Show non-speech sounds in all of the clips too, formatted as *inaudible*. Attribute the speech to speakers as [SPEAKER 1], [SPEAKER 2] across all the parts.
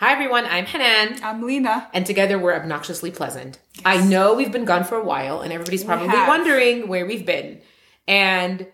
[SPEAKER 1] everyone. I'm Hanan.
[SPEAKER 2] I'm Lena.
[SPEAKER 1] And together we're obnoxiously pleasant. I know we've been gone for a while and everybody's probably
[SPEAKER 2] have.
[SPEAKER 1] wondering where we've been. And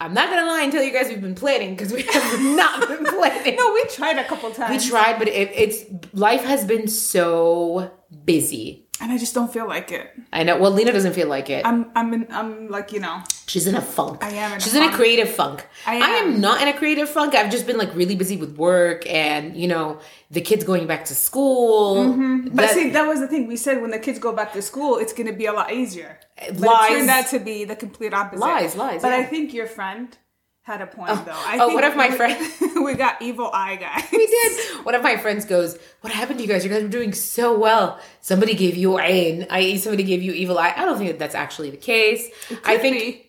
[SPEAKER 1] I'm not going to lie and tell you guys we've been planning because we *laughs* have not been planning.
[SPEAKER 2] No, we tried a couple
[SPEAKER 1] We
[SPEAKER 2] times.
[SPEAKER 1] tried, but it, it's life has been so busy.
[SPEAKER 2] and I just don't feel like it.
[SPEAKER 1] I know. Well, Lena doesn't feel like it.
[SPEAKER 2] I'm I'm in, I'm like, you know.
[SPEAKER 1] She's in a funk.
[SPEAKER 2] I am in a
[SPEAKER 1] She's in
[SPEAKER 2] funk.
[SPEAKER 1] a creative funk.
[SPEAKER 2] I am.
[SPEAKER 1] not in a creative funk. I've just been like really busy with work and you know the kids going back to school.
[SPEAKER 2] Mm-hmm. But
[SPEAKER 1] That-
[SPEAKER 2] see, that was the thing. We said when the kids go back to school, it's going to be a lot easier. But
[SPEAKER 1] Lies.
[SPEAKER 2] it turned out to be the complete opposite.
[SPEAKER 1] Lies, lies,
[SPEAKER 2] But
[SPEAKER 1] yeah.
[SPEAKER 2] I think your friend had a point, though. I
[SPEAKER 1] oh,
[SPEAKER 2] think
[SPEAKER 1] one of my
[SPEAKER 2] we-
[SPEAKER 1] friends-
[SPEAKER 2] *laughs* we got evil eye guys.
[SPEAKER 1] *laughs* we did. One of my friends goes, "What happened to you guys? You guys were doing so well. Somebody gave you ain, i.e., somebody gave you evil eye." I don't think that that's actually the case. I
[SPEAKER 2] Could
[SPEAKER 1] think
[SPEAKER 2] be.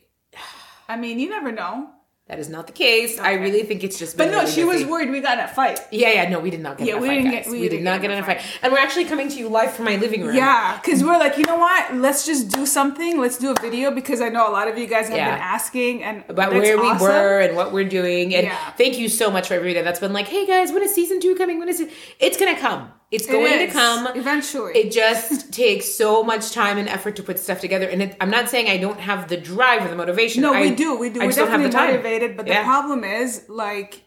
[SPEAKER 2] I mean, you never know.
[SPEAKER 1] that is not the case. I really think it's just.
[SPEAKER 2] But
[SPEAKER 1] been
[SPEAKER 2] no,
[SPEAKER 1] really
[SPEAKER 2] she was
[SPEAKER 1] busy.
[SPEAKER 2] worried we got in a fight.
[SPEAKER 1] Yeah, yeah, no, we did not get
[SPEAKER 2] Yeah,
[SPEAKER 1] in a
[SPEAKER 2] we
[SPEAKER 1] fight,
[SPEAKER 2] didn't
[SPEAKER 1] guys.
[SPEAKER 2] get-
[SPEAKER 1] we,
[SPEAKER 2] we
[SPEAKER 1] did
[SPEAKER 2] didn't
[SPEAKER 1] not
[SPEAKER 2] get
[SPEAKER 1] get in
[SPEAKER 2] in
[SPEAKER 1] a
[SPEAKER 2] a
[SPEAKER 1] fight. And we're actually coming to you live from my living room.
[SPEAKER 2] Yeah, because we're like, you know what? Let's just do something. Let's do a video because I know a lot of you guys have
[SPEAKER 1] Yeah.
[SPEAKER 2] been asking and
[SPEAKER 1] about
[SPEAKER 2] that's
[SPEAKER 1] where we
[SPEAKER 2] awesome.
[SPEAKER 1] were and what we're doing. And
[SPEAKER 2] Yeah.
[SPEAKER 1] thank you so much for everybody that's been like, "Hey guys, when is season two coming? When is it? It's gonna come. It's going
[SPEAKER 2] It
[SPEAKER 1] to
[SPEAKER 2] is,
[SPEAKER 1] come
[SPEAKER 2] eventually.
[SPEAKER 1] It just *laughs* takes so much time and effort to put stuff together. And it, I'm not saying I don't have the drive or the motivation.
[SPEAKER 2] no,
[SPEAKER 1] I,
[SPEAKER 2] we do. We do.
[SPEAKER 1] I
[SPEAKER 2] we're
[SPEAKER 1] just don't have
[SPEAKER 2] definitely
[SPEAKER 1] the time.
[SPEAKER 2] motivated, but
[SPEAKER 1] Yeah.
[SPEAKER 2] the problem is like.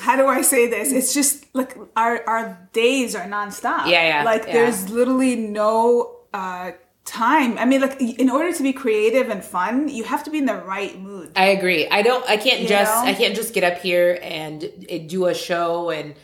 [SPEAKER 2] How do I say this? It's just like our our days are nonstop.
[SPEAKER 1] Yeah, yeah,
[SPEAKER 2] Like
[SPEAKER 1] yeah.
[SPEAKER 2] there's literally no uh time. I mean, like in order to be creative and fun, you have to be in the right mood.
[SPEAKER 1] I agree. I don't. I can't
[SPEAKER 2] You
[SPEAKER 1] just.
[SPEAKER 2] know?
[SPEAKER 1] I can't just get up here and uh, do a show and.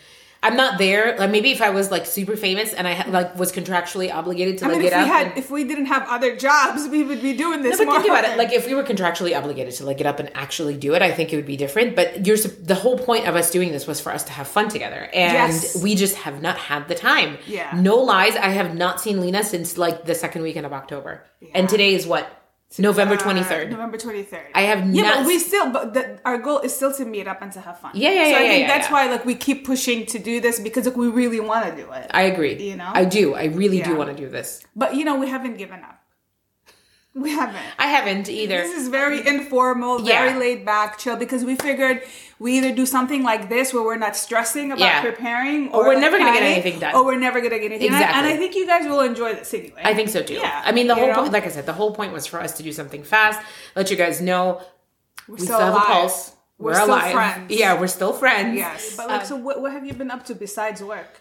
[SPEAKER 1] I'm not there. Like maybe if I was like super famous and I had, like was contractually obligated to
[SPEAKER 2] I
[SPEAKER 1] like
[SPEAKER 2] mean, if
[SPEAKER 1] get
[SPEAKER 2] we
[SPEAKER 1] up.
[SPEAKER 2] had,
[SPEAKER 1] and,
[SPEAKER 2] if we didn't have other jobs, *laughs* we would be doing this.
[SPEAKER 1] No, but
[SPEAKER 2] more
[SPEAKER 1] think about it.
[SPEAKER 2] often.
[SPEAKER 1] Like if we were contractually obligated to like get up and actually do it, I think it would be different. But you're sup- the whole point of us doing this was for us to have fun together, and
[SPEAKER 2] Yes.
[SPEAKER 1] we just have not had the time.
[SPEAKER 2] Yeah.
[SPEAKER 1] No lies. I have not seen Lena since like the second weekend of October, and
[SPEAKER 2] Yeah.
[SPEAKER 1] today is what November
[SPEAKER 2] Uh,
[SPEAKER 1] twenty third.
[SPEAKER 2] November twenty third.
[SPEAKER 1] I have
[SPEAKER 2] yeah,
[SPEAKER 1] not.
[SPEAKER 2] but we still. But the, our goal is still to meet up and to have fun.
[SPEAKER 1] Yeah, yeah,
[SPEAKER 2] So
[SPEAKER 1] yeah,
[SPEAKER 2] I
[SPEAKER 1] yeah,
[SPEAKER 2] think
[SPEAKER 1] yeah,
[SPEAKER 2] that's
[SPEAKER 1] yeah.
[SPEAKER 2] why like we keep pushing to do this because like we really want to do it.
[SPEAKER 1] I agree.
[SPEAKER 2] You know?
[SPEAKER 1] I do. I really do
[SPEAKER 2] Yeah.
[SPEAKER 1] want to do this.
[SPEAKER 2] but you know, we haven't given up. We haven't.
[SPEAKER 1] I haven't either.
[SPEAKER 2] This is very informal, very
[SPEAKER 1] Yeah.
[SPEAKER 2] laid back, chill. Because we figured we either do something like this where we're not stressing about
[SPEAKER 1] Yeah.
[SPEAKER 2] preparing,
[SPEAKER 1] Or we're never gonna get
[SPEAKER 2] planning,
[SPEAKER 1] anything done.
[SPEAKER 2] or we're never gonna get anything. done. And I,
[SPEAKER 1] Exactly.
[SPEAKER 2] think you guys will enjoy this anyway.
[SPEAKER 1] I think so too.
[SPEAKER 2] Yeah,
[SPEAKER 1] I mean, the
[SPEAKER 2] you
[SPEAKER 1] whole
[SPEAKER 2] know?
[SPEAKER 1] point, like I said, the whole point was for us to do something fast, let you guys know
[SPEAKER 2] we're
[SPEAKER 1] we still, have a pulse.
[SPEAKER 2] We're,
[SPEAKER 1] We're,
[SPEAKER 2] still
[SPEAKER 1] alive.
[SPEAKER 2] friends.
[SPEAKER 1] Yeah, we're still friends.
[SPEAKER 2] Yes. But like, so
[SPEAKER 1] Um,
[SPEAKER 2] what, what have you been up to besides work?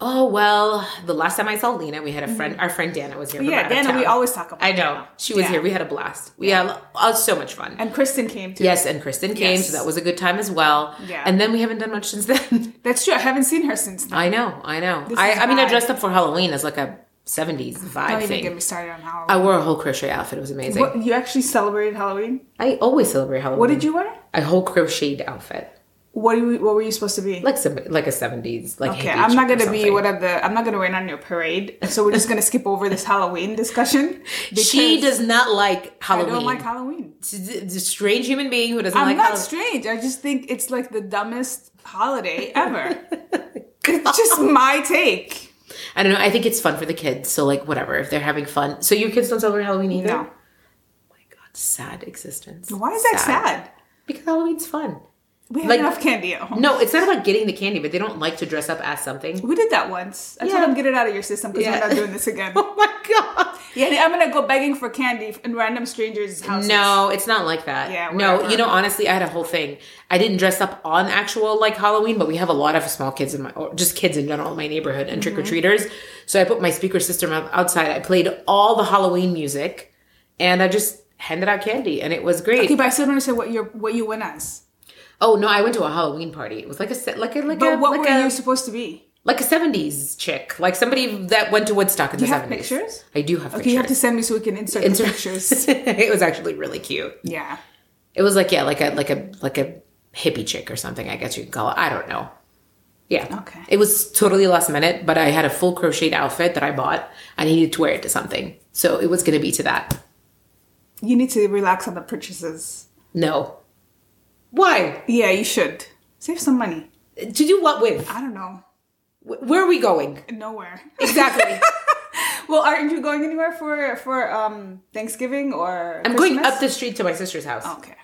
[SPEAKER 1] Oh well, the last time I saw Lena, we had a friend. Our friend Dana was here. from out
[SPEAKER 2] Mm-hmm. Yeah,
[SPEAKER 1] of
[SPEAKER 2] Dana, we
[SPEAKER 1] town.
[SPEAKER 2] always talk about.
[SPEAKER 1] I know
[SPEAKER 2] Dana.
[SPEAKER 1] she was
[SPEAKER 2] Yeah.
[SPEAKER 1] here. We had a blast. We had uh, so much fun.
[SPEAKER 2] And Kristen came too.
[SPEAKER 1] yes, and Kristen came,
[SPEAKER 2] Yes.
[SPEAKER 1] so that was a good time as well.
[SPEAKER 2] Yeah.
[SPEAKER 1] And then we haven't done much since then. *laughs*
[SPEAKER 2] That's true. I haven't seen her since then.
[SPEAKER 1] I know. I know.
[SPEAKER 2] This
[SPEAKER 1] I,
[SPEAKER 2] is Oh,
[SPEAKER 1] I mean, I
[SPEAKER 2] bad.
[SPEAKER 1] dressed up for Halloween as like a '70s vibe
[SPEAKER 2] Don't even get
[SPEAKER 1] thing.
[SPEAKER 2] me started on Halloween.
[SPEAKER 1] I wore a whole crochet outfit. It was amazing.
[SPEAKER 2] what, you actually celebrated Halloween?
[SPEAKER 1] I always celebrate Halloween.
[SPEAKER 2] What did you wear?
[SPEAKER 1] A whole crocheted outfit,
[SPEAKER 2] What do you, What were you supposed to be?
[SPEAKER 1] like some like a '70s like.
[SPEAKER 2] okay,
[SPEAKER 1] hippie
[SPEAKER 2] I'm not
[SPEAKER 1] chick or
[SPEAKER 2] gonna be
[SPEAKER 1] something.
[SPEAKER 2] one of the. I'm not gonna rain on your parade. So we're just gonna skip over this Halloween discussion.
[SPEAKER 1] *laughs* She
[SPEAKER 2] because
[SPEAKER 1] does not like
[SPEAKER 2] I
[SPEAKER 1] Halloween.
[SPEAKER 2] don't like Halloween.
[SPEAKER 1] She's a- she's a strange human being who doesn't
[SPEAKER 2] I'm
[SPEAKER 1] like
[SPEAKER 2] not
[SPEAKER 1] Halloween.
[SPEAKER 2] strange. I just think it's like the dumbest
[SPEAKER 1] *laughs*
[SPEAKER 2] holiday ever. it's just my take.
[SPEAKER 1] I don't know. I think it's fun for the kids. So like whatever, if they're having fun. So your kids don't celebrate Halloween either. Oh
[SPEAKER 2] No.
[SPEAKER 1] Sad existence.
[SPEAKER 2] Why is that sad?
[SPEAKER 1] Because Halloween's fun.
[SPEAKER 2] We have
[SPEAKER 1] Like-
[SPEAKER 2] enough candy at home.
[SPEAKER 1] No, it's not about getting the candy, but they don't like to dress up as something. *laughs*
[SPEAKER 2] We did that once. I
[SPEAKER 1] Yeah.
[SPEAKER 2] told him get it out of your system because
[SPEAKER 1] Yeah.
[SPEAKER 2] we're not doing this
[SPEAKER 1] *laughs*
[SPEAKER 2] again.
[SPEAKER 1] Oh my god.
[SPEAKER 2] yeah, I'm gonna go begging for candy in random strangers' houses.
[SPEAKER 1] No, it's not like that.
[SPEAKER 2] Yeah,
[SPEAKER 1] No,
[SPEAKER 2] whatever.
[SPEAKER 1] you know, honestly, I had a whole thing. I didn't dress up on actual like Halloween, but we have a lot of small kids in my, or just kids in general in my neighborhood and trick or
[SPEAKER 2] Mm-hmm.
[SPEAKER 1] treaters. So I put my speaker system out- outside. I played all the Halloween music, and I just handed out candy, and it was great.
[SPEAKER 2] Okay, but I still don't understand what you what you went as.
[SPEAKER 1] Oh no, I went to a Halloween party. It was like a se- like a like
[SPEAKER 2] But
[SPEAKER 1] a
[SPEAKER 2] what
[SPEAKER 1] like
[SPEAKER 2] were
[SPEAKER 1] a
[SPEAKER 2] you supposed to be?
[SPEAKER 1] like a seventies chick, like somebody that went to Woodstock in
[SPEAKER 2] Do
[SPEAKER 1] the
[SPEAKER 2] you have
[SPEAKER 1] seventies.
[SPEAKER 2] pictures?
[SPEAKER 1] I do have
[SPEAKER 2] Okay,
[SPEAKER 1] pictures.
[SPEAKER 2] you have to send me so we can insert the
[SPEAKER 1] Insert- *laughs*
[SPEAKER 2] pictures.
[SPEAKER 1] it was actually really cute.
[SPEAKER 2] yeah.
[SPEAKER 1] It was like yeah, like a like a like a hippie chick or something. I guess you can call it. I don't know. Yeah.
[SPEAKER 2] Okay.
[SPEAKER 1] It was totally last minute, but I had a full crocheted outfit that I bought. I needed to wear it to something, so it was going to be to that.
[SPEAKER 2] You need to relax on the purchases.
[SPEAKER 1] No. Why?
[SPEAKER 2] Yeah, you should. Save some money.
[SPEAKER 1] To do what with?
[SPEAKER 2] I don't know.
[SPEAKER 1] Wh- Where are we going?
[SPEAKER 2] Nowhere. *laughs*
[SPEAKER 1] Exactly.
[SPEAKER 2] well, aren't you going anywhere for for um Thanksgiving or
[SPEAKER 1] I'm going
[SPEAKER 2] Christmas?
[SPEAKER 1] up the street to my sister's house.
[SPEAKER 2] Okay.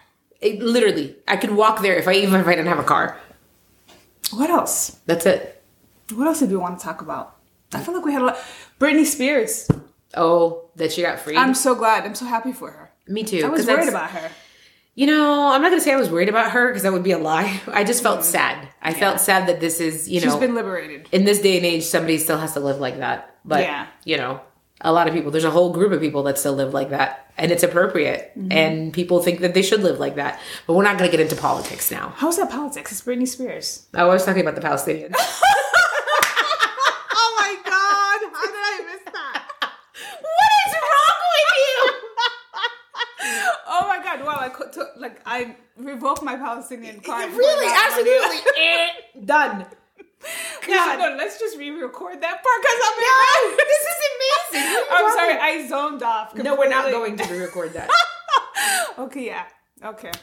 [SPEAKER 1] It, literally, I could walk there if I even if I didn't have a car.
[SPEAKER 2] What else?
[SPEAKER 1] That's it.
[SPEAKER 2] What else did we want to talk about? I feel like we had a lot. Britney Spears.
[SPEAKER 1] Oh, that she got freed.
[SPEAKER 2] I'm so glad. I'm so happy for her.
[SPEAKER 1] Me too.
[SPEAKER 2] I was
[SPEAKER 1] 'cause that's-
[SPEAKER 2] worried about her.
[SPEAKER 1] You know, I'm not gonna say I was worried about her because that would be a lie. *laughs* I just felt sad. I felt sad that this is you
[SPEAKER 2] Mm-hmm. She's
[SPEAKER 1] know
[SPEAKER 2] been liberated.
[SPEAKER 1] in this day and age somebody still has to live like that. But
[SPEAKER 2] Yeah.
[SPEAKER 1] you know, a lot of people. There's a whole group of people that still live like that, and it's appropriate.
[SPEAKER 2] Mm-hmm.
[SPEAKER 1] And people think that they should live like that. But we're not gonna get into politics now.
[SPEAKER 2] How's that politics? It's Britney Spears.
[SPEAKER 1] I was talking about the *laughs* Palestinians.
[SPEAKER 2] Oh my God! How did I miss that?
[SPEAKER 1] what is wrong with
[SPEAKER 2] *laughs* Oh my God! Wow! I co- to, like I revoked my Palestinian card.
[SPEAKER 1] you? really,
[SPEAKER 2] Wow. *laughs*
[SPEAKER 1] absolutely, Eh, done.
[SPEAKER 2] Yeah,
[SPEAKER 1] God.
[SPEAKER 2] no, let's just re-record that part because I'm
[SPEAKER 1] No, this is amazing. What are you
[SPEAKER 2] Oh I'm
[SPEAKER 1] talking
[SPEAKER 2] sorry, I zoned off.
[SPEAKER 1] No, we're not
[SPEAKER 2] completely.
[SPEAKER 1] going to re-record that.
[SPEAKER 2] Okay, yeah. Okay.
[SPEAKER 1] *laughs*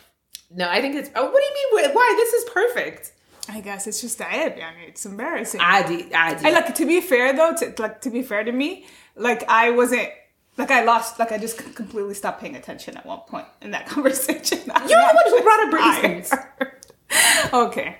[SPEAKER 1] No, I think it's. Oh, what do you mean? wh- Why? This is perfect.
[SPEAKER 2] I guess it's just I, I mean, it's embarrassing.
[SPEAKER 1] I
[SPEAKER 2] I,
[SPEAKER 1] did. I did.
[SPEAKER 2] like to be fair though, to like to be fair to me, like I wasn't like I lost, like I just c- completely stopped paying attention at one point in that *laughs* conversation.
[SPEAKER 1] You're the one who brought up Britney
[SPEAKER 2] okay.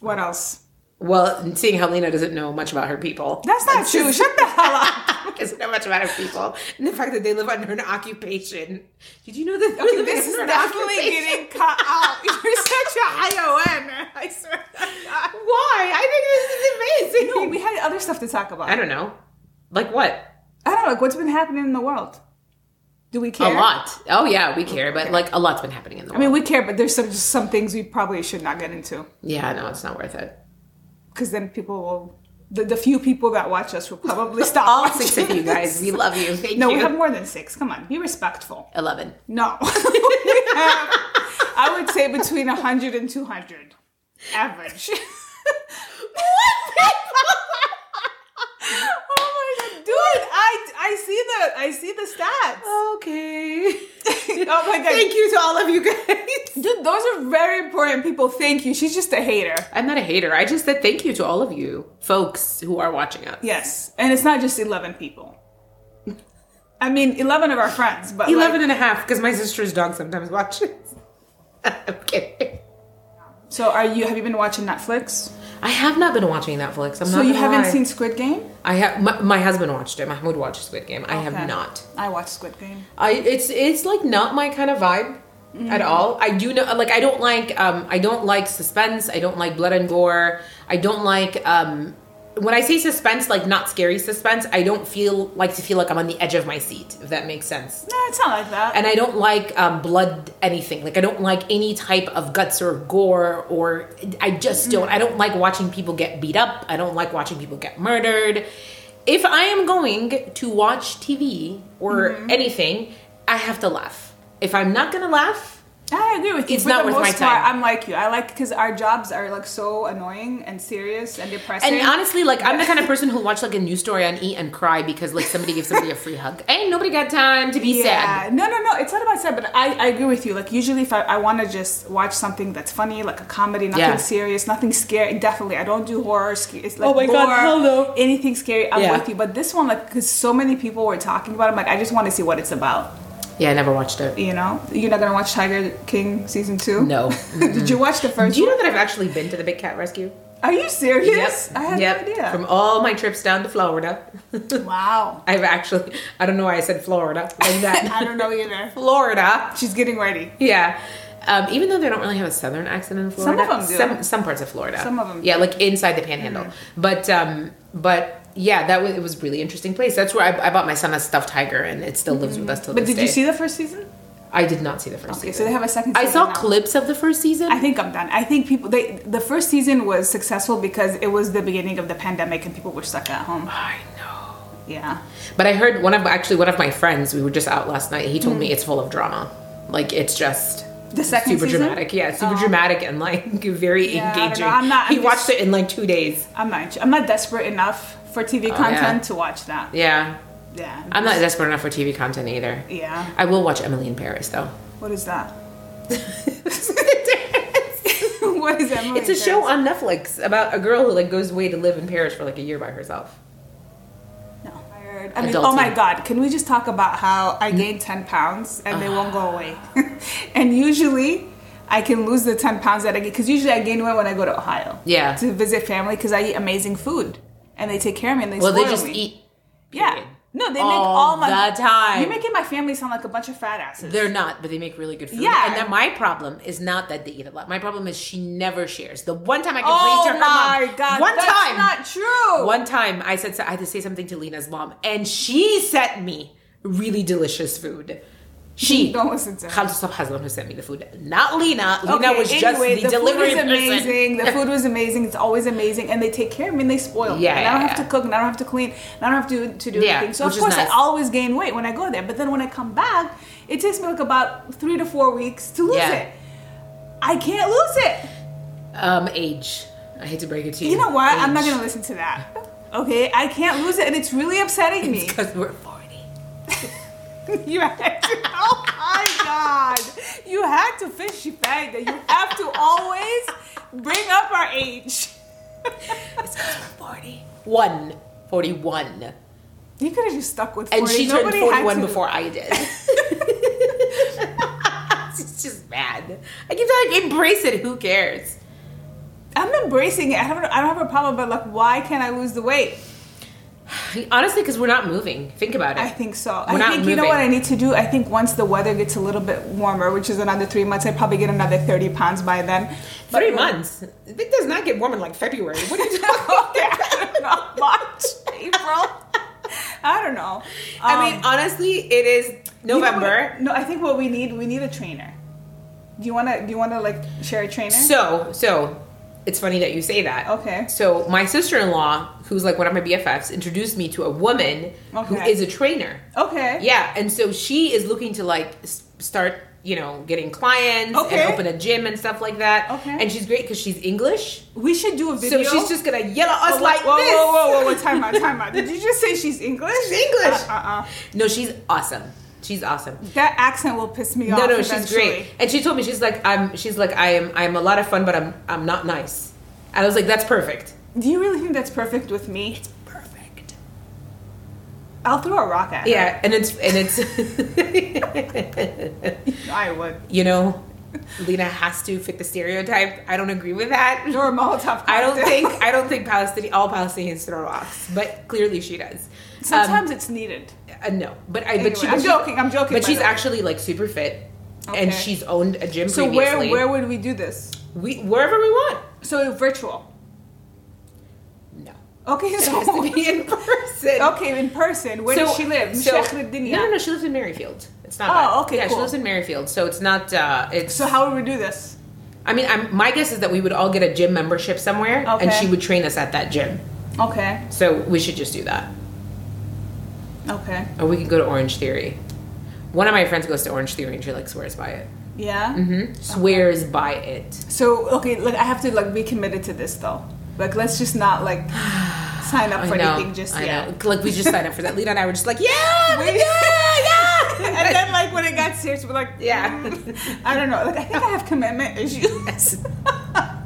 [SPEAKER 2] What else?
[SPEAKER 1] well, and seeing how Lena doesn't know much about her people.
[SPEAKER 2] That's not true. Shut the hell up.
[SPEAKER 1] *laughs*
[SPEAKER 2] *laughs*
[SPEAKER 1] doesn't know much about her people, and the fact that they live under an occupation. Did you know that? they're living
[SPEAKER 2] this is
[SPEAKER 1] under an
[SPEAKER 2] definitely
[SPEAKER 1] occupation?
[SPEAKER 2] getting cut out. *laughs* You're such a ION. I swear. to God.
[SPEAKER 1] *laughs* Why? I think this is
[SPEAKER 2] No,
[SPEAKER 1] amazing.
[SPEAKER 2] we had other stuff to talk about.
[SPEAKER 1] I don't know. Like what?
[SPEAKER 2] I don't know, like what's been happening in the world. Do we care?
[SPEAKER 1] A lot. Oh yeah, we care, but like a lot's been happening in the
[SPEAKER 2] I
[SPEAKER 1] world.
[SPEAKER 2] mean, we care, but there's some just some things we probably should not get into
[SPEAKER 1] yeah, no, it's not worth
[SPEAKER 2] *laughs*
[SPEAKER 1] it.
[SPEAKER 2] because then people will. The, the few people that watch us will probably stop.
[SPEAKER 1] All
[SPEAKER 2] watching
[SPEAKER 1] six of you
[SPEAKER 2] this.
[SPEAKER 1] guys, we love you. Thank
[SPEAKER 2] *laughs* No,
[SPEAKER 1] you.
[SPEAKER 2] we have more than six. Come on, be respectful.
[SPEAKER 1] *laughs*
[SPEAKER 2] *laughs*
[SPEAKER 1] Eleven. *laughs*
[SPEAKER 2] No, We have, I would say between 100 and 200 average. *laughs* oh my god, dude! I I see the I see the stats.
[SPEAKER 1] *laughs* Okay.
[SPEAKER 2] oh my
[SPEAKER 1] *laughs*
[SPEAKER 2] god,
[SPEAKER 1] Thank you to all of you guys.
[SPEAKER 2] *laughs* Dude, those are very important people. Thank you. She's just a hater.
[SPEAKER 1] I'm not a hater. I just said thank you to all of you folks who are watching us.
[SPEAKER 2] Yes. And it's not just 11 people. I mean, 11 of our friends, but. like-
[SPEAKER 1] 11 and a half, because my sister's dog sometimes *laughs* watches. I'm kidding.
[SPEAKER 2] so are you, have you been watching Netflix?
[SPEAKER 1] I have not been watching Netflix. I'm
[SPEAKER 2] So
[SPEAKER 1] not
[SPEAKER 2] you
[SPEAKER 1] gonna
[SPEAKER 2] haven't
[SPEAKER 1] lie.
[SPEAKER 2] seen Squid Game?
[SPEAKER 1] I have. My, my husband watched it. Mahmoud watched Squid Game. I
[SPEAKER 2] Okay.
[SPEAKER 1] have not.
[SPEAKER 2] I watched Squid Game.
[SPEAKER 1] I it's it's like not my kind of vibe at
[SPEAKER 2] Mm-hmm.
[SPEAKER 1] all. I do know like I don't like um I don't like suspense. I don't like blood and gore. I don't like um when I say suspense, like not scary suspense. I don't feel like to feel like I'm on the edge of my seat. If that makes sense.
[SPEAKER 2] No, it's not like that.
[SPEAKER 1] and I don't like um, blood anything. Like I don't like any type of guts or gore, or I just don't. I don't like watching people get beat up. I don't like watching people get murdered. If I am going to watch TV or anything, I have to laugh. If I'm not gonna laugh,
[SPEAKER 2] I agree with you.
[SPEAKER 1] It's
[SPEAKER 2] For
[SPEAKER 1] not
[SPEAKER 2] the
[SPEAKER 1] worth my
[SPEAKER 2] most part,
[SPEAKER 1] time.
[SPEAKER 2] I'm like you. I like because our jobs are like so annoying and serious and depressing.
[SPEAKER 1] and honestly, like I'm the kind of person who'll watch like a news story on E and cry because like somebody gives somebody a free hug. Ain't nobody got time to be sad.
[SPEAKER 2] No, no, no. It's not about sad, but I, I agree with you. Like usually, if I, I want to just watch something that's funny, like a comedy, nothing
[SPEAKER 1] Yeah.
[SPEAKER 2] serious, nothing scary. Definitely, I don't do horror. sc- It's like
[SPEAKER 1] Oh my God,
[SPEAKER 2] gore,
[SPEAKER 1] hell no.
[SPEAKER 2] Anything scary, I'm
[SPEAKER 1] Yeah.
[SPEAKER 2] with you. But this one, like, because so many people were talking about, it, I'm like, I just want to see what it's about.
[SPEAKER 1] Yeah, I never watched it.
[SPEAKER 2] You know, you're not gonna watch Tiger King season two.
[SPEAKER 1] No.
[SPEAKER 2] *laughs* Did you watch the first?
[SPEAKER 1] Do you
[SPEAKER 2] one?
[SPEAKER 1] know that I've actually been to the Big Cat Rescue?
[SPEAKER 2] Are you serious? I had
[SPEAKER 1] Yep.
[SPEAKER 2] no idea.
[SPEAKER 1] From all my trips down to Florida,
[SPEAKER 2] *laughs*
[SPEAKER 1] *laughs*
[SPEAKER 2] wow.
[SPEAKER 1] I've actually, I don't know why I said Florida like that.
[SPEAKER 2] *laughs* I don't know either.
[SPEAKER 1] Florida.
[SPEAKER 2] She's getting ready.
[SPEAKER 1] Yeah. Um, even though they don't really have a southern accent in
[SPEAKER 2] Some
[SPEAKER 1] Florida,
[SPEAKER 2] of 'em do.
[SPEAKER 1] Some, some parts of Florida.
[SPEAKER 2] Some of 'em Mm-hmm.
[SPEAKER 1] Yeah, like inside the Panhandle. But um, but yeah, that was it was a really interesting place. That's where I, I bought my son a stuffed tiger, and it still lives with us till
[SPEAKER 2] Mm-hmm. But
[SPEAKER 1] this
[SPEAKER 2] did
[SPEAKER 1] day.
[SPEAKER 2] you see the first season?
[SPEAKER 1] I did not see the first
[SPEAKER 2] Okay,
[SPEAKER 1] season.
[SPEAKER 2] so they have a second.
[SPEAKER 1] I
[SPEAKER 2] season
[SPEAKER 1] saw
[SPEAKER 2] now.
[SPEAKER 1] clips of the first season.
[SPEAKER 2] I think I'm done. I think people they the first season was successful because it was the beginning of the pandemic and people were stuck at home.
[SPEAKER 1] I know.
[SPEAKER 2] Yeah.
[SPEAKER 1] But I heard one of actually one of my friends. We were just out last night. He told me it's full of drama. Like it's just
[SPEAKER 2] Mm. The second
[SPEAKER 1] super
[SPEAKER 2] season? Oh.
[SPEAKER 1] dramatic. Yeah, super dramatic and like *laughs* very
[SPEAKER 2] Yeah, I don't
[SPEAKER 1] engaging.
[SPEAKER 2] know. I'm not-
[SPEAKER 1] he
[SPEAKER 2] I'm
[SPEAKER 1] watched
[SPEAKER 2] just-
[SPEAKER 1] it in like two days.
[SPEAKER 2] I'm not int- I'm not desperate enough for TV
[SPEAKER 1] Oh, yeah.
[SPEAKER 2] content to watch that.
[SPEAKER 1] Yeah,
[SPEAKER 2] Yeah.
[SPEAKER 1] I'm not desperate enough for TV content either.
[SPEAKER 2] yeah.
[SPEAKER 1] I will watch Emily in Paris
[SPEAKER 2] *laughs*
[SPEAKER 1] though.
[SPEAKER 2] What is that?
[SPEAKER 1] it's
[SPEAKER 2] what is that?
[SPEAKER 1] a show on Netflix about a girl who like goes away to live in Paris for like a year by herself.
[SPEAKER 2] No. I mean,
[SPEAKER 1] Adulting. Mm.
[SPEAKER 2] oh my God! Can we just *laughs* talk about how I gained ten pounds and they won't go away? and usually, I can lose the 10 pounds that I get. Because usually I gain weight when I go to Ohio.
[SPEAKER 1] Yeah.
[SPEAKER 2] To visit family because I eat amazing food. And they take care of me and they
[SPEAKER 1] Well, they
[SPEAKER 2] spoil
[SPEAKER 1] just
[SPEAKER 2] me.
[SPEAKER 1] eat.
[SPEAKER 2] Yeah.
[SPEAKER 1] period.
[SPEAKER 2] No, they make
[SPEAKER 1] All
[SPEAKER 2] all my
[SPEAKER 1] the time.
[SPEAKER 2] You're making my family sound like a bunch of fat asses.
[SPEAKER 1] They're not, but they make really good food.
[SPEAKER 2] Yeah.
[SPEAKER 1] And then my problem is not that they eat a lot. My problem is she never shares. The one time I complained
[SPEAKER 2] oh
[SPEAKER 1] to her
[SPEAKER 2] my
[SPEAKER 1] mom,
[SPEAKER 2] god,
[SPEAKER 1] one
[SPEAKER 2] that's
[SPEAKER 1] time,
[SPEAKER 2] not true.
[SPEAKER 1] one time I said I had to say something to Lena's mom, and she sent me really delicious food. She
[SPEAKER 2] *laughs* Don't listen to her.
[SPEAKER 1] Khalsa Haslam who sent me the food, not Lena. Lena
[SPEAKER 2] Okay,
[SPEAKER 1] was just
[SPEAKER 2] anyway,
[SPEAKER 1] the, delivery
[SPEAKER 2] food was
[SPEAKER 1] person.
[SPEAKER 2] amazing. The food was amazing. It's always amazing, and they take care of me and they spoil me.
[SPEAKER 1] Yeah,
[SPEAKER 2] and I don't
[SPEAKER 1] yeah,
[SPEAKER 2] have
[SPEAKER 1] yeah.
[SPEAKER 2] to cook, and I don't have to clean, and I don't have to to do
[SPEAKER 1] Yeah,
[SPEAKER 2] anything. So
[SPEAKER 1] which
[SPEAKER 2] of
[SPEAKER 1] is
[SPEAKER 2] course,
[SPEAKER 1] nice.
[SPEAKER 2] I always gain weight when I go there. But then when I come back, it takes me like about three to four weeks to lose
[SPEAKER 1] Yeah.
[SPEAKER 2] it. I can't lose it.
[SPEAKER 1] Um, age. I hate to break it to you.
[SPEAKER 2] You know what? I'm not
[SPEAKER 1] Age.
[SPEAKER 2] gonna listen to that. Okay, I can't lose it, and it's really upsetting me.
[SPEAKER 1] *laughs* because we're forty.
[SPEAKER 2] *laughs* You had to. Oh my God! You had to fish bag that you have to always bring up our age. *laughs*
[SPEAKER 1] It's because we're forty. One. 41.
[SPEAKER 2] You could have just stuck with. 40.
[SPEAKER 1] And she turned
[SPEAKER 2] Nobody had
[SPEAKER 1] 41
[SPEAKER 2] to-
[SPEAKER 1] before I *laughs* did. It's just bad. I keep telling like, embrace it. Who cares?
[SPEAKER 2] I'm embracing it. I don't. I don't have a problem. But like, why can't I lose the weight?
[SPEAKER 1] Honestly, because we're not moving. Think about it.
[SPEAKER 2] I think so.
[SPEAKER 1] We're
[SPEAKER 2] I
[SPEAKER 1] not
[SPEAKER 2] think you know what I
[SPEAKER 1] moving.
[SPEAKER 2] need to do. I think once the weather gets a little bit warmer, which is another three months, I probably get another thirty pounds by then. But-
[SPEAKER 1] Three months. It does not get warm in like February. What *laughs* are you talking
[SPEAKER 2] *laughs*
[SPEAKER 1] about?
[SPEAKER 2] Okay, I don't know. March, April. I don't know.
[SPEAKER 1] I
[SPEAKER 2] Um,
[SPEAKER 1] mean, honestly, it is
[SPEAKER 2] You know
[SPEAKER 1] November.
[SPEAKER 2] what- no, I think what we need we need a trainer. Do you wanna do you wanna like share a trainer?
[SPEAKER 1] So, so it's funny that you say that.
[SPEAKER 2] Okay.
[SPEAKER 1] So my sister-in-law, who's like one of my BFFs, introduced me to a woman who
[SPEAKER 2] Okay.
[SPEAKER 1] is a trainer.
[SPEAKER 2] okay.
[SPEAKER 1] Yeah, and so she is looking to like s- start, you know, getting clients
[SPEAKER 2] Okay.
[SPEAKER 1] and open a gym and stuff like that.
[SPEAKER 2] Okay.
[SPEAKER 1] And she's great because she's English,
[SPEAKER 2] We should do a video.
[SPEAKER 1] so she's just gonna yell at us
[SPEAKER 2] whoa,
[SPEAKER 1] like
[SPEAKER 2] whoa,
[SPEAKER 1] this.
[SPEAKER 2] whoa, whoa, whoa, whoa, time out, time out. Did you just say she's English?
[SPEAKER 1] She's English.
[SPEAKER 2] Uh uh.
[SPEAKER 1] No, she's awesome. She's awesome.
[SPEAKER 2] That accent will piss me off.
[SPEAKER 1] No, no, she's
[SPEAKER 2] eventually.
[SPEAKER 1] great. And she told me she's like I'm. She's like I am. I am a lot of fun, but I'm. I'm not nice. And I was like, that's perfect.
[SPEAKER 2] Do you really think that's perfect with me?
[SPEAKER 1] Perfect.
[SPEAKER 2] I'll throw a rock at her.
[SPEAKER 1] Yeah, and it's *laughs* and it's
[SPEAKER 2] I would.
[SPEAKER 1] you know, Lena has to fit the stereotype. I don't agree with that.
[SPEAKER 2] Throw a Molotov.
[SPEAKER 1] I don't
[SPEAKER 2] cocktail. *laughs*
[SPEAKER 1] think um, I don't think Palestinian all Palestinians throw rocks, but clearly she does.
[SPEAKER 2] Sometimes it's needed.
[SPEAKER 1] um, uh, no, but I but
[SPEAKER 2] Anyway,
[SPEAKER 1] she,
[SPEAKER 2] I'm
[SPEAKER 1] but she-
[SPEAKER 2] joking, I'm joking,
[SPEAKER 1] But
[SPEAKER 2] by
[SPEAKER 1] she's
[SPEAKER 2] the way.
[SPEAKER 1] actually like super fit, and
[SPEAKER 2] Okay.
[SPEAKER 1] she's owned a gym
[SPEAKER 2] So where
[SPEAKER 1] previously.
[SPEAKER 2] where would we do this?
[SPEAKER 1] we wherever we want.
[SPEAKER 2] So virtual.
[SPEAKER 1] *laughs* No,
[SPEAKER 2] Okay, *laughs*
[SPEAKER 1] it
[SPEAKER 2] so
[SPEAKER 1] has to be in person.
[SPEAKER 2] Okay, in person. Where does
[SPEAKER 1] So-
[SPEAKER 2] she live?
[SPEAKER 1] so-
[SPEAKER 2] Sheikh Dinya.
[SPEAKER 1] No, no, no. She lives in Merrifield. It's not.
[SPEAKER 2] Oh,
[SPEAKER 1] bad.
[SPEAKER 2] okay,
[SPEAKER 1] Yeah,
[SPEAKER 2] cool.
[SPEAKER 1] she lives in Merrifield, so it's not. Uh, it's.
[SPEAKER 2] So how would we do this?
[SPEAKER 1] I mean, I'm, my guess is that we would all get a gym membership somewhere, and
[SPEAKER 2] Okay.
[SPEAKER 1] she would train us at that gym.
[SPEAKER 2] Okay.
[SPEAKER 1] So we should just do that,
[SPEAKER 2] Okay.
[SPEAKER 1] or we could go to Orange Theory. One of my friends goes to Orange Theory, and she like swears by it.
[SPEAKER 2] Yeah.
[SPEAKER 1] hmm Swears by it.
[SPEAKER 2] So okay, like I have to like be committed to this though. Like let's just not
[SPEAKER 1] *sighs*
[SPEAKER 2] like sign up
[SPEAKER 1] I
[SPEAKER 2] for
[SPEAKER 1] know.
[SPEAKER 2] anything just
[SPEAKER 1] I
[SPEAKER 2] yet.
[SPEAKER 1] know. Like we just signed up for that. Lena and I were just like, yeah, we
[SPEAKER 2] *laughs* We-
[SPEAKER 1] did, *laughs* yeah,
[SPEAKER 2] And then like when it got serious, we're like,
[SPEAKER 1] Yeah.
[SPEAKER 2] mm, I don't know. Like I think I have commitment
[SPEAKER 1] *laughs*
[SPEAKER 2] issues. *laughs*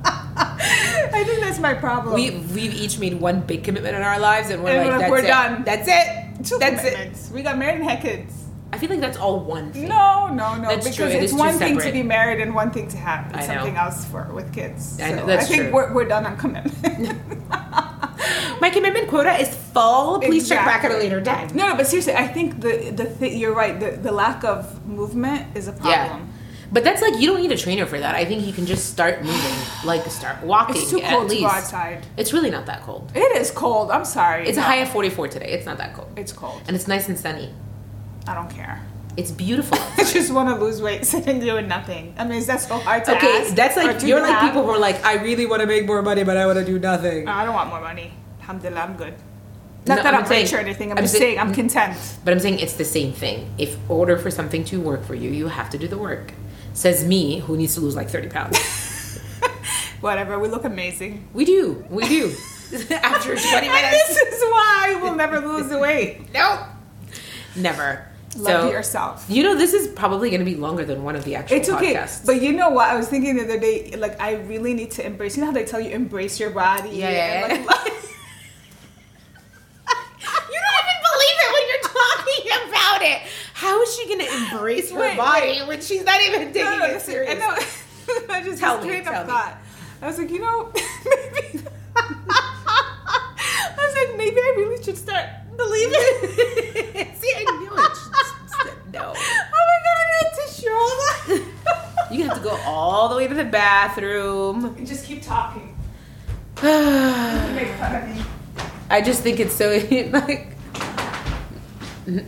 [SPEAKER 2] I think that's my problem.
[SPEAKER 1] we we've each made one big commitment in our lives, and we're
[SPEAKER 2] And we're
[SPEAKER 1] like,
[SPEAKER 2] like,
[SPEAKER 1] that's
[SPEAKER 2] we're
[SPEAKER 1] it.
[SPEAKER 2] done.
[SPEAKER 1] That's it.
[SPEAKER 2] two
[SPEAKER 1] that's it.
[SPEAKER 2] commitments. We got married and had kids.
[SPEAKER 1] I feel like that's all one thing.
[SPEAKER 2] No, no, no.
[SPEAKER 1] That's
[SPEAKER 2] because
[SPEAKER 1] true. It is
[SPEAKER 2] it's
[SPEAKER 1] two
[SPEAKER 2] one thing to
[SPEAKER 1] separate.
[SPEAKER 2] be married and one thing to have and
[SPEAKER 1] I know.
[SPEAKER 2] something else for with kids.
[SPEAKER 1] I know,
[SPEAKER 2] So
[SPEAKER 1] that's
[SPEAKER 2] I think
[SPEAKER 1] true.
[SPEAKER 2] We're, we're done
[SPEAKER 1] *laughs*
[SPEAKER 2] on commitment.
[SPEAKER 1] My commitment quota is full. Please check back at a
[SPEAKER 2] Mm. Exactly.
[SPEAKER 1] later time.
[SPEAKER 2] No, no, but seriously, I think the the thi- you're right. The, the lack of movement is a problem.
[SPEAKER 1] But that's like you don't need a trainer for that. I think you can just start moving, like start walking.
[SPEAKER 2] It's too
[SPEAKER 1] at
[SPEAKER 2] cold to
[SPEAKER 1] least.
[SPEAKER 2] go outside.
[SPEAKER 1] It's really not that cold.
[SPEAKER 2] It is cold. I'm sorry.
[SPEAKER 1] It's a
[SPEAKER 2] No,
[SPEAKER 1] high of 44 today. It's not that cold.
[SPEAKER 2] It's cold.
[SPEAKER 1] And it's nice and sunny.
[SPEAKER 2] I don't care. *laughs*
[SPEAKER 1] It's *laughs* beautiful.
[SPEAKER 2] I just want to lose weight *laughs* sitting doing nothing. I mean, is that so hard to
[SPEAKER 1] okay,
[SPEAKER 2] ask
[SPEAKER 1] that's
[SPEAKER 2] or
[SPEAKER 1] like
[SPEAKER 2] to
[SPEAKER 1] you're like
[SPEAKER 2] have?
[SPEAKER 1] people who are like, I really want to make more money, but I want to do nothing.
[SPEAKER 2] No, I don't want more money. Alhamdulillah, I'm good.
[SPEAKER 1] No,
[SPEAKER 2] Not that
[SPEAKER 1] I'm
[SPEAKER 2] I'm, rich
[SPEAKER 1] saying-
[SPEAKER 2] or anything. I'm,
[SPEAKER 1] I'm Mm.
[SPEAKER 2] just
[SPEAKER 1] saying-
[SPEAKER 2] saying I'm content. *laughs*
[SPEAKER 1] But I'm saying it's the same thing. If in order for something to work for you, you have to do the work. Says me, who needs to lose like 30 pounds.
[SPEAKER 2] Whatever. We look amazing.
[SPEAKER 1] *laughs* we do. We do. *laughs* After 20
[SPEAKER 2] *laughs* And
[SPEAKER 1] minutes.
[SPEAKER 2] this is why we'll never lose the weight.
[SPEAKER 1] Nope. Never.
[SPEAKER 2] Love
[SPEAKER 1] so,
[SPEAKER 2] yourself.
[SPEAKER 1] You know, this is probably going to be longer than one of the actual
[SPEAKER 2] It's okay,
[SPEAKER 1] podcasts. *laughs*
[SPEAKER 2] but you know what? I was thinking the other day, like I really need to embrace. You know how they tell you embrace your body.
[SPEAKER 1] Yeah, yeah, yeah.
[SPEAKER 2] and,
[SPEAKER 1] *laughs*
[SPEAKER 2] like, *laughs*
[SPEAKER 1] you don't even believe it when you're talking about it. How is she going to embrace her
[SPEAKER 2] Wait,
[SPEAKER 1] body when she's not even taking
[SPEAKER 2] no, no,
[SPEAKER 1] it
[SPEAKER 2] listen,
[SPEAKER 1] serious?
[SPEAKER 2] and no, *laughs* I just
[SPEAKER 1] Tell me,
[SPEAKER 2] straight
[SPEAKER 1] tell
[SPEAKER 2] up
[SPEAKER 1] me.
[SPEAKER 2] thought. I was like, you know, *laughs* maybe. *laughs* Oh I was like, maybe I really should start believing.
[SPEAKER 1] *laughs* See, I knew it.
[SPEAKER 2] *laughs*
[SPEAKER 1] No.
[SPEAKER 2] Oh my god, I need a tissue. Hold on.
[SPEAKER 1] *laughs* You have to go all the way to the bathroom. *sighs*
[SPEAKER 2] Just keep talking. You
[SPEAKER 1] I
[SPEAKER 2] make fun of me.
[SPEAKER 1] just think it's so *laughs* like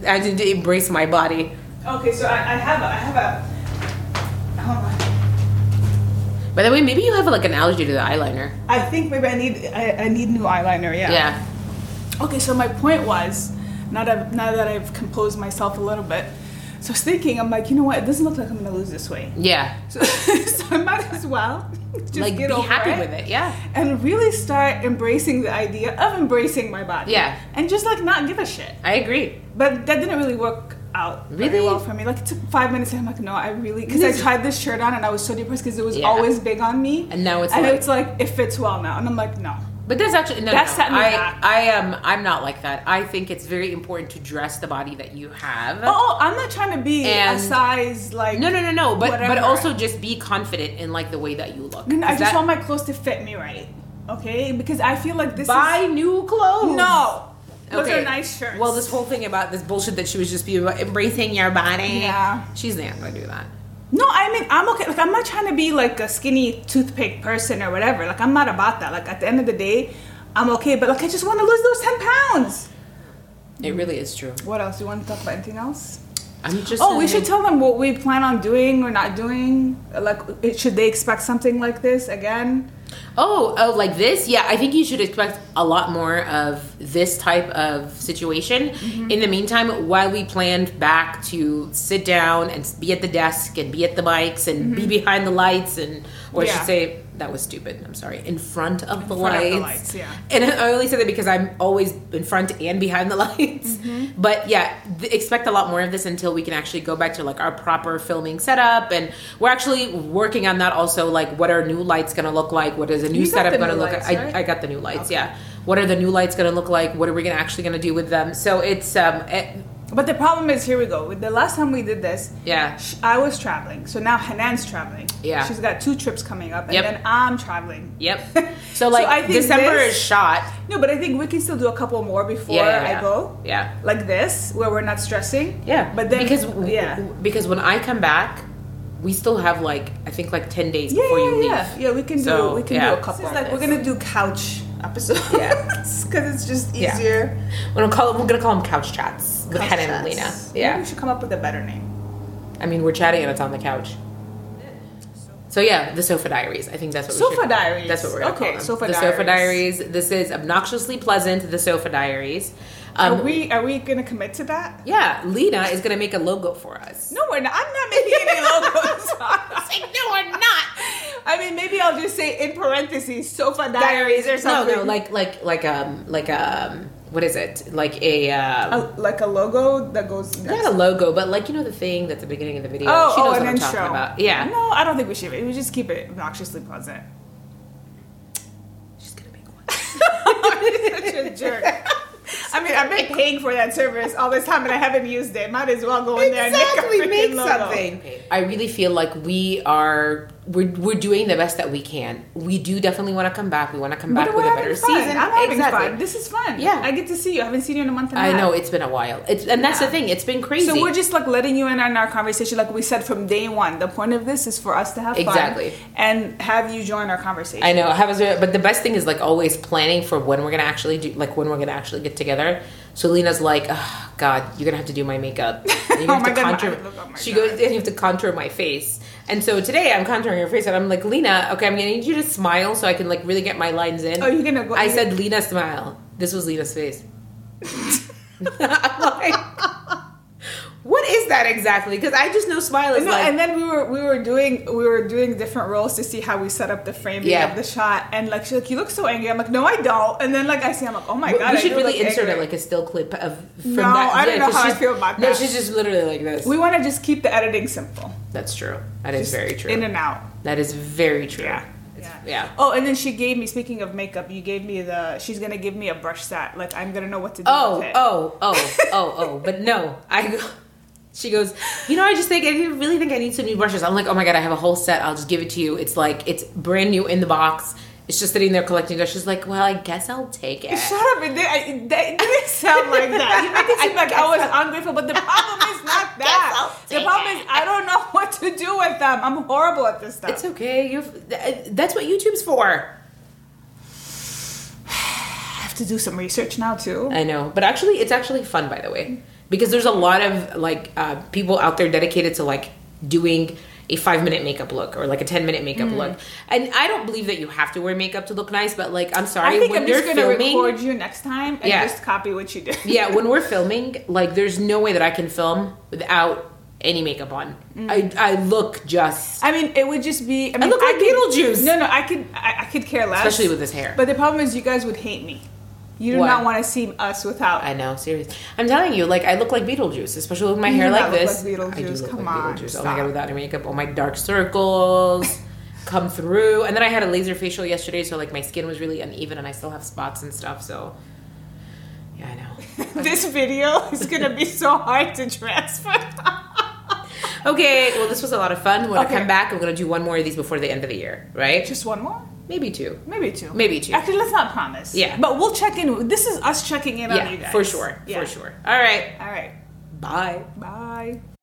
[SPEAKER 1] I need to embrace my body.
[SPEAKER 2] Okay, so I, I have a, I have a. Hold on.
[SPEAKER 1] By the way, maybe you have like an allergy to the eyeliner.
[SPEAKER 2] I think maybe I need I, I need new eyeliner. Yeah.
[SPEAKER 1] Yeah.
[SPEAKER 2] Okay, so my point was, now that I've, now that I've composed myself a little bit, so I was thinking, I'm like, you know what? It doesn't look like I'm gonna lose this weight, *laughs*
[SPEAKER 1] Yeah.
[SPEAKER 2] so, so I might as well just
[SPEAKER 1] like
[SPEAKER 2] get
[SPEAKER 1] be
[SPEAKER 2] over
[SPEAKER 1] happy
[SPEAKER 2] it
[SPEAKER 1] with it. Yeah.
[SPEAKER 2] and really start embracing the idea of embracing my body.
[SPEAKER 1] Yeah.
[SPEAKER 2] and just like not give a shit.
[SPEAKER 1] I agree.
[SPEAKER 2] But that didn't really work out
[SPEAKER 1] Really?
[SPEAKER 2] very well for me. Like it took five minutes, and I'm like, no, I really because I
[SPEAKER 1] This-
[SPEAKER 2] tried this shirt on and I was so depressed because it was
[SPEAKER 1] Yeah.
[SPEAKER 2] always big on me.
[SPEAKER 1] And now it's
[SPEAKER 2] and
[SPEAKER 1] like-
[SPEAKER 2] it's like it fits well now, and I'm like, no.
[SPEAKER 1] But that's actually no.
[SPEAKER 2] That's
[SPEAKER 1] no,
[SPEAKER 2] setting
[SPEAKER 1] no.
[SPEAKER 2] me
[SPEAKER 1] I
[SPEAKER 2] back.
[SPEAKER 1] I am I'm not like that. I think it's very important to dress the body that you have.
[SPEAKER 2] Oh, I'm not trying to be
[SPEAKER 1] And-
[SPEAKER 2] a size like
[SPEAKER 1] No, no, no, no. But but
[SPEAKER 2] Whatever.
[SPEAKER 1] also just be confident in like the way that you look.
[SPEAKER 2] No, no, I
[SPEAKER 1] 'Cause
[SPEAKER 2] just
[SPEAKER 1] that-
[SPEAKER 2] want my clothes to fit me right. Okay, because I feel like this
[SPEAKER 1] buy new
[SPEAKER 2] is
[SPEAKER 1] clothes.
[SPEAKER 2] no. Those
[SPEAKER 1] Okay.
[SPEAKER 2] are nice shirts.
[SPEAKER 1] Well, this whole thing about this bullshit that she was just be about embracing your body.
[SPEAKER 2] Yeah.
[SPEAKER 1] she's not gonna do that.
[SPEAKER 2] no, I mean I'm okay. Like I'm not trying to be like a skinny toothpick person or whatever. Like I'm not about that. Like at the end of the day, I'm okay. But like I just want to lose those ten pounds.
[SPEAKER 1] It really is true.
[SPEAKER 2] What else? You want to talk about anything else?
[SPEAKER 1] I'm just.
[SPEAKER 2] Oh, we
[SPEAKER 1] saying-
[SPEAKER 2] should tell them what we plan on doing or not doing. Like, it- should they expect something like this again?
[SPEAKER 1] Oh, oh, like this? Yeah, I think you should expect a lot more of this type of situation. In the meantime, while we planned back to sit down and be at the desk and be at the mics and be behind the lights and, or I
[SPEAKER 2] Yeah.
[SPEAKER 1] should say, that was stupid. I'm sorry. In front of the
[SPEAKER 2] front of
[SPEAKER 1] lights.
[SPEAKER 2] the lights, yeah.
[SPEAKER 1] And I only say that because I'm always in front and behind the *laughs* lights.
[SPEAKER 2] Mm-hmm.
[SPEAKER 1] But yeah, th- expect a lot more of this until we can actually go back to like our proper filming setup. And we're actually working on that also. Like, what are new lights going to look like? What is a new
[SPEAKER 2] You got
[SPEAKER 1] setup
[SPEAKER 2] the
[SPEAKER 1] going to
[SPEAKER 2] new
[SPEAKER 1] look
[SPEAKER 2] lights,
[SPEAKER 1] like?
[SPEAKER 2] right?
[SPEAKER 1] I, I got the new lights. Yeah. What are the new lights going to look like? What are we gonna actually going to do with them? So it's um, it,
[SPEAKER 2] But the problem is, here we go. With the last time we did this,
[SPEAKER 1] yeah,
[SPEAKER 2] sh- I was traveling. So now Hanan's traveling.
[SPEAKER 1] Yeah.
[SPEAKER 2] She's got two trips coming up, and
[SPEAKER 1] Yep.
[SPEAKER 2] then I'm traveling.
[SPEAKER 1] yep. *laughs* So like
[SPEAKER 2] I think
[SPEAKER 1] December
[SPEAKER 2] this-
[SPEAKER 1] is shot.
[SPEAKER 2] No, but I think we can still do a couple more before
[SPEAKER 1] Yeah, yeah, yeah.
[SPEAKER 2] I go.
[SPEAKER 1] Yeah.
[SPEAKER 2] Like this, where we're not stressing.
[SPEAKER 1] Yeah,
[SPEAKER 2] But then
[SPEAKER 1] because
[SPEAKER 2] yeah.
[SPEAKER 1] because when I come back, we still have like I think like ten days
[SPEAKER 2] Yeah,
[SPEAKER 1] before
[SPEAKER 2] yeah,
[SPEAKER 1] you leave.
[SPEAKER 2] yeah, yeah. We can
[SPEAKER 1] So,
[SPEAKER 2] do we can
[SPEAKER 1] yeah.
[SPEAKER 2] do a couple.
[SPEAKER 1] This is
[SPEAKER 2] like we're gonna do couch episodes.
[SPEAKER 1] Yeah.
[SPEAKER 2] *laughs* because it's just
[SPEAKER 1] Yeah.
[SPEAKER 2] easier.
[SPEAKER 1] We're gonna call we're gonna call them couch chats with
[SPEAKER 2] Couch
[SPEAKER 1] Hannah and
[SPEAKER 2] chats.
[SPEAKER 1] Lena.
[SPEAKER 2] Maybe
[SPEAKER 1] Yeah,
[SPEAKER 2] we should come up with a better name.
[SPEAKER 1] I mean we're chatting and it's on the couch. So yeah, the sofa diaries. I think that's what we
[SPEAKER 2] Sofa
[SPEAKER 1] should call them.
[SPEAKER 2] Diaries.
[SPEAKER 1] That's what we're gonna
[SPEAKER 2] Okay,
[SPEAKER 1] call them.
[SPEAKER 2] Sofa
[SPEAKER 1] the sofa diaries.
[SPEAKER 2] Diaries.
[SPEAKER 1] This is obnoxiously pleasant. The sofa diaries. Um,
[SPEAKER 2] are we are we gonna commit to that?
[SPEAKER 1] Yeah, Lena is gonna make a logo for us.
[SPEAKER 2] No, we're not. I'm not making any logos. *laughs*
[SPEAKER 1] It's like, no, we're not.
[SPEAKER 2] I mean, maybe I'll just say in parentheses sofa diaries or something.
[SPEAKER 1] No, no, like like like um like um what is it? Like a um,
[SPEAKER 2] a, like a logo that goes. next.
[SPEAKER 1] not a logo, but like you know the thing that's the beginning of the video.
[SPEAKER 2] Oh,
[SPEAKER 1] she knows
[SPEAKER 2] oh,
[SPEAKER 1] what
[SPEAKER 2] an
[SPEAKER 1] I'm
[SPEAKER 2] intro.
[SPEAKER 1] talking about. Yeah.
[SPEAKER 2] No, I don't think we should. We just keep it obnoxiously
[SPEAKER 1] *laughs*
[SPEAKER 2] pleasant. *laughs* Mm-hmm.
[SPEAKER 1] She's gonna make one.
[SPEAKER 2] Such a jerk. I mean, I've been paying for that service all this time and I haven't used it. Might as well go in there and
[SPEAKER 1] Exactly,
[SPEAKER 2] make,
[SPEAKER 1] make
[SPEAKER 2] a freaking logo.
[SPEAKER 1] something. I really feel like we are we're, we're doing the best that we can. We do definitely want to come back. We want to come
[SPEAKER 2] But
[SPEAKER 1] back
[SPEAKER 2] we're
[SPEAKER 1] with a
[SPEAKER 2] having
[SPEAKER 1] better
[SPEAKER 2] fun.
[SPEAKER 1] season.
[SPEAKER 2] I'm having
[SPEAKER 1] exactly.
[SPEAKER 2] fun. This is fun.
[SPEAKER 1] Yeah.
[SPEAKER 2] I get to see you. I haven't seen you in a month and a
[SPEAKER 1] I
[SPEAKER 2] half.
[SPEAKER 1] know it's been a while. It's and that's the
[SPEAKER 2] Yeah.
[SPEAKER 1] thing. It's been crazy.
[SPEAKER 2] So we're just like letting you in on our conversation, like we said from day one. The point of this is for us to have fun
[SPEAKER 1] Exactly.
[SPEAKER 2] and have you join our conversation.
[SPEAKER 1] I know. I have a, but the best thing is like always planning for when we're gonna actually do, like when we're gonna actually get together. So Lena's like, oh, God, you're gonna have to do my
[SPEAKER 2] *laughs*
[SPEAKER 1] makeup. And You're gonna
[SPEAKER 2] Oh
[SPEAKER 1] have
[SPEAKER 2] my
[SPEAKER 1] to
[SPEAKER 2] God, my
[SPEAKER 1] contour.
[SPEAKER 2] eyes look- oh my
[SPEAKER 1] she
[SPEAKER 2] God.
[SPEAKER 1] goes, and you have to contour my face. And so today I'm contouring her face, and I'm like, Lena, okay, I'm gonna need you to smile so I can like really get my lines in.
[SPEAKER 2] Oh, you're gonna go-
[SPEAKER 1] I
[SPEAKER 2] you're-
[SPEAKER 1] said, Lena, smile. This was Lena's
[SPEAKER 2] *laughs*
[SPEAKER 1] face. *laughs* I'm like, what is that exactly? Because I just know smile is
[SPEAKER 2] No,
[SPEAKER 1] like.
[SPEAKER 2] and then we were we were doing we were doing different roles to see how we set up the framing
[SPEAKER 1] Yeah.
[SPEAKER 2] of the shot, and like she's like, "You look so angry." I'm like, "No, I don't." And then like I see, I'm like, "Oh my
[SPEAKER 1] We-
[SPEAKER 2] god!"
[SPEAKER 1] we
[SPEAKER 2] I
[SPEAKER 1] should
[SPEAKER 2] do
[SPEAKER 1] really
[SPEAKER 2] look
[SPEAKER 1] insert
[SPEAKER 2] angry.
[SPEAKER 1] it like a still clip of from
[SPEAKER 2] No,
[SPEAKER 1] that.
[SPEAKER 2] I don't know
[SPEAKER 1] 'cause
[SPEAKER 2] how I
[SPEAKER 1] she's-
[SPEAKER 2] feel about
[SPEAKER 1] No,
[SPEAKER 2] that.
[SPEAKER 1] she's just literally like this.
[SPEAKER 2] We want to just keep the editing simple.
[SPEAKER 1] That's true. That is
[SPEAKER 2] Just
[SPEAKER 1] very true.
[SPEAKER 2] In and out.
[SPEAKER 1] that is very true.
[SPEAKER 2] Yeah.
[SPEAKER 1] Yeah.
[SPEAKER 2] Oh, and then she gave me. Speaking of makeup, you gave me the. She's gonna give me a brush set. Like I'm gonna know what to do.
[SPEAKER 1] Oh,
[SPEAKER 2] with it.
[SPEAKER 1] oh, oh, oh, oh. But no, I. *laughs* She goes, you know, I just think I really think I need some new brushes. I'm like, oh my god, I have a whole set. I'll just give it to you. It's like it's brand new in the box. It's just sitting there collecting dust. She's like, well, I guess I'll take it.
[SPEAKER 2] Shut up! It, did, I, that, it didn't *laughs* sound like that. You make it seem like I was ungrateful, but the problem is
[SPEAKER 1] *laughs*
[SPEAKER 2] not that.
[SPEAKER 1] I'll
[SPEAKER 2] The
[SPEAKER 1] take
[SPEAKER 2] problem
[SPEAKER 1] it.
[SPEAKER 2] is I don't know *laughs* what to do with them. I'm horrible at this stuff.
[SPEAKER 1] It's okay. You. uh, That's what YouTube's for.
[SPEAKER 2] I have to do some research now too.
[SPEAKER 1] I know, but actually, it's actually fun, by the way, because there's a lot of like uh, people out there dedicated to like doing a five minute makeup look or like a ten minute makeup
[SPEAKER 2] Mm.
[SPEAKER 1] look. And I don't believe that you have to wear makeup to look nice, but like, I'm sorry,
[SPEAKER 2] I think
[SPEAKER 1] when
[SPEAKER 2] I'm
[SPEAKER 1] you're
[SPEAKER 2] just gonna
[SPEAKER 1] filming,
[SPEAKER 2] record you next time and
[SPEAKER 1] Yeah.
[SPEAKER 2] just copy what you did.
[SPEAKER 1] yeah, when we're filming, like, there's no way that I can film without any makeup on.
[SPEAKER 2] Mm.
[SPEAKER 1] I I look just
[SPEAKER 2] *laughs* I mean, it would just be. I, mean,
[SPEAKER 1] look like Beetlejuice.
[SPEAKER 2] Could, no, no, I could, I, I could care less.
[SPEAKER 1] especially with this hair.
[SPEAKER 2] But the problem is, you guys would hate me. You do
[SPEAKER 1] Why?
[SPEAKER 2] not want to see us without.
[SPEAKER 1] I know, serious. I'm telling you, like I look like Beetlejuice, especially with my hair
[SPEAKER 2] do
[SPEAKER 1] like
[SPEAKER 2] not look
[SPEAKER 1] this.
[SPEAKER 2] like Beetlejuice.
[SPEAKER 1] I do look
[SPEAKER 2] Come
[SPEAKER 1] like
[SPEAKER 2] on,
[SPEAKER 1] Beetlejuice. Oh my
[SPEAKER 2] stop.
[SPEAKER 1] god, without any makeup, all my dark
[SPEAKER 2] *laughs*
[SPEAKER 1] circles come through. And then I had a laser facial yesterday, so like my skin was really uneven, and I still have spots and stuff. So yeah, I
[SPEAKER 2] *laughs*
[SPEAKER 1] know.
[SPEAKER 2] this video is gonna be so hard to transfer. *laughs*
[SPEAKER 1] Okay, well, this was a lot of fun. When
[SPEAKER 2] Okay.
[SPEAKER 1] I come back, I'm gonna do one more of these before the end of the year, right?
[SPEAKER 2] Just one more,
[SPEAKER 1] Maybe two.
[SPEAKER 2] maybe two,
[SPEAKER 1] Maybe two.
[SPEAKER 2] Actually, let's not promise.
[SPEAKER 1] Yeah.
[SPEAKER 2] but we'll check in. This is us checking in on you
[SPEAKER 1] Yeah,
[SPEAKER 2] guys
[SPEAKER 1] for sure,
[SPEAKER 2] Yeah.
[SPEAKER 1] for sure. All right,
[SPEAKER 2] All right.
[SPEAKER 1] bye.
[SPEAKER 2] Bye.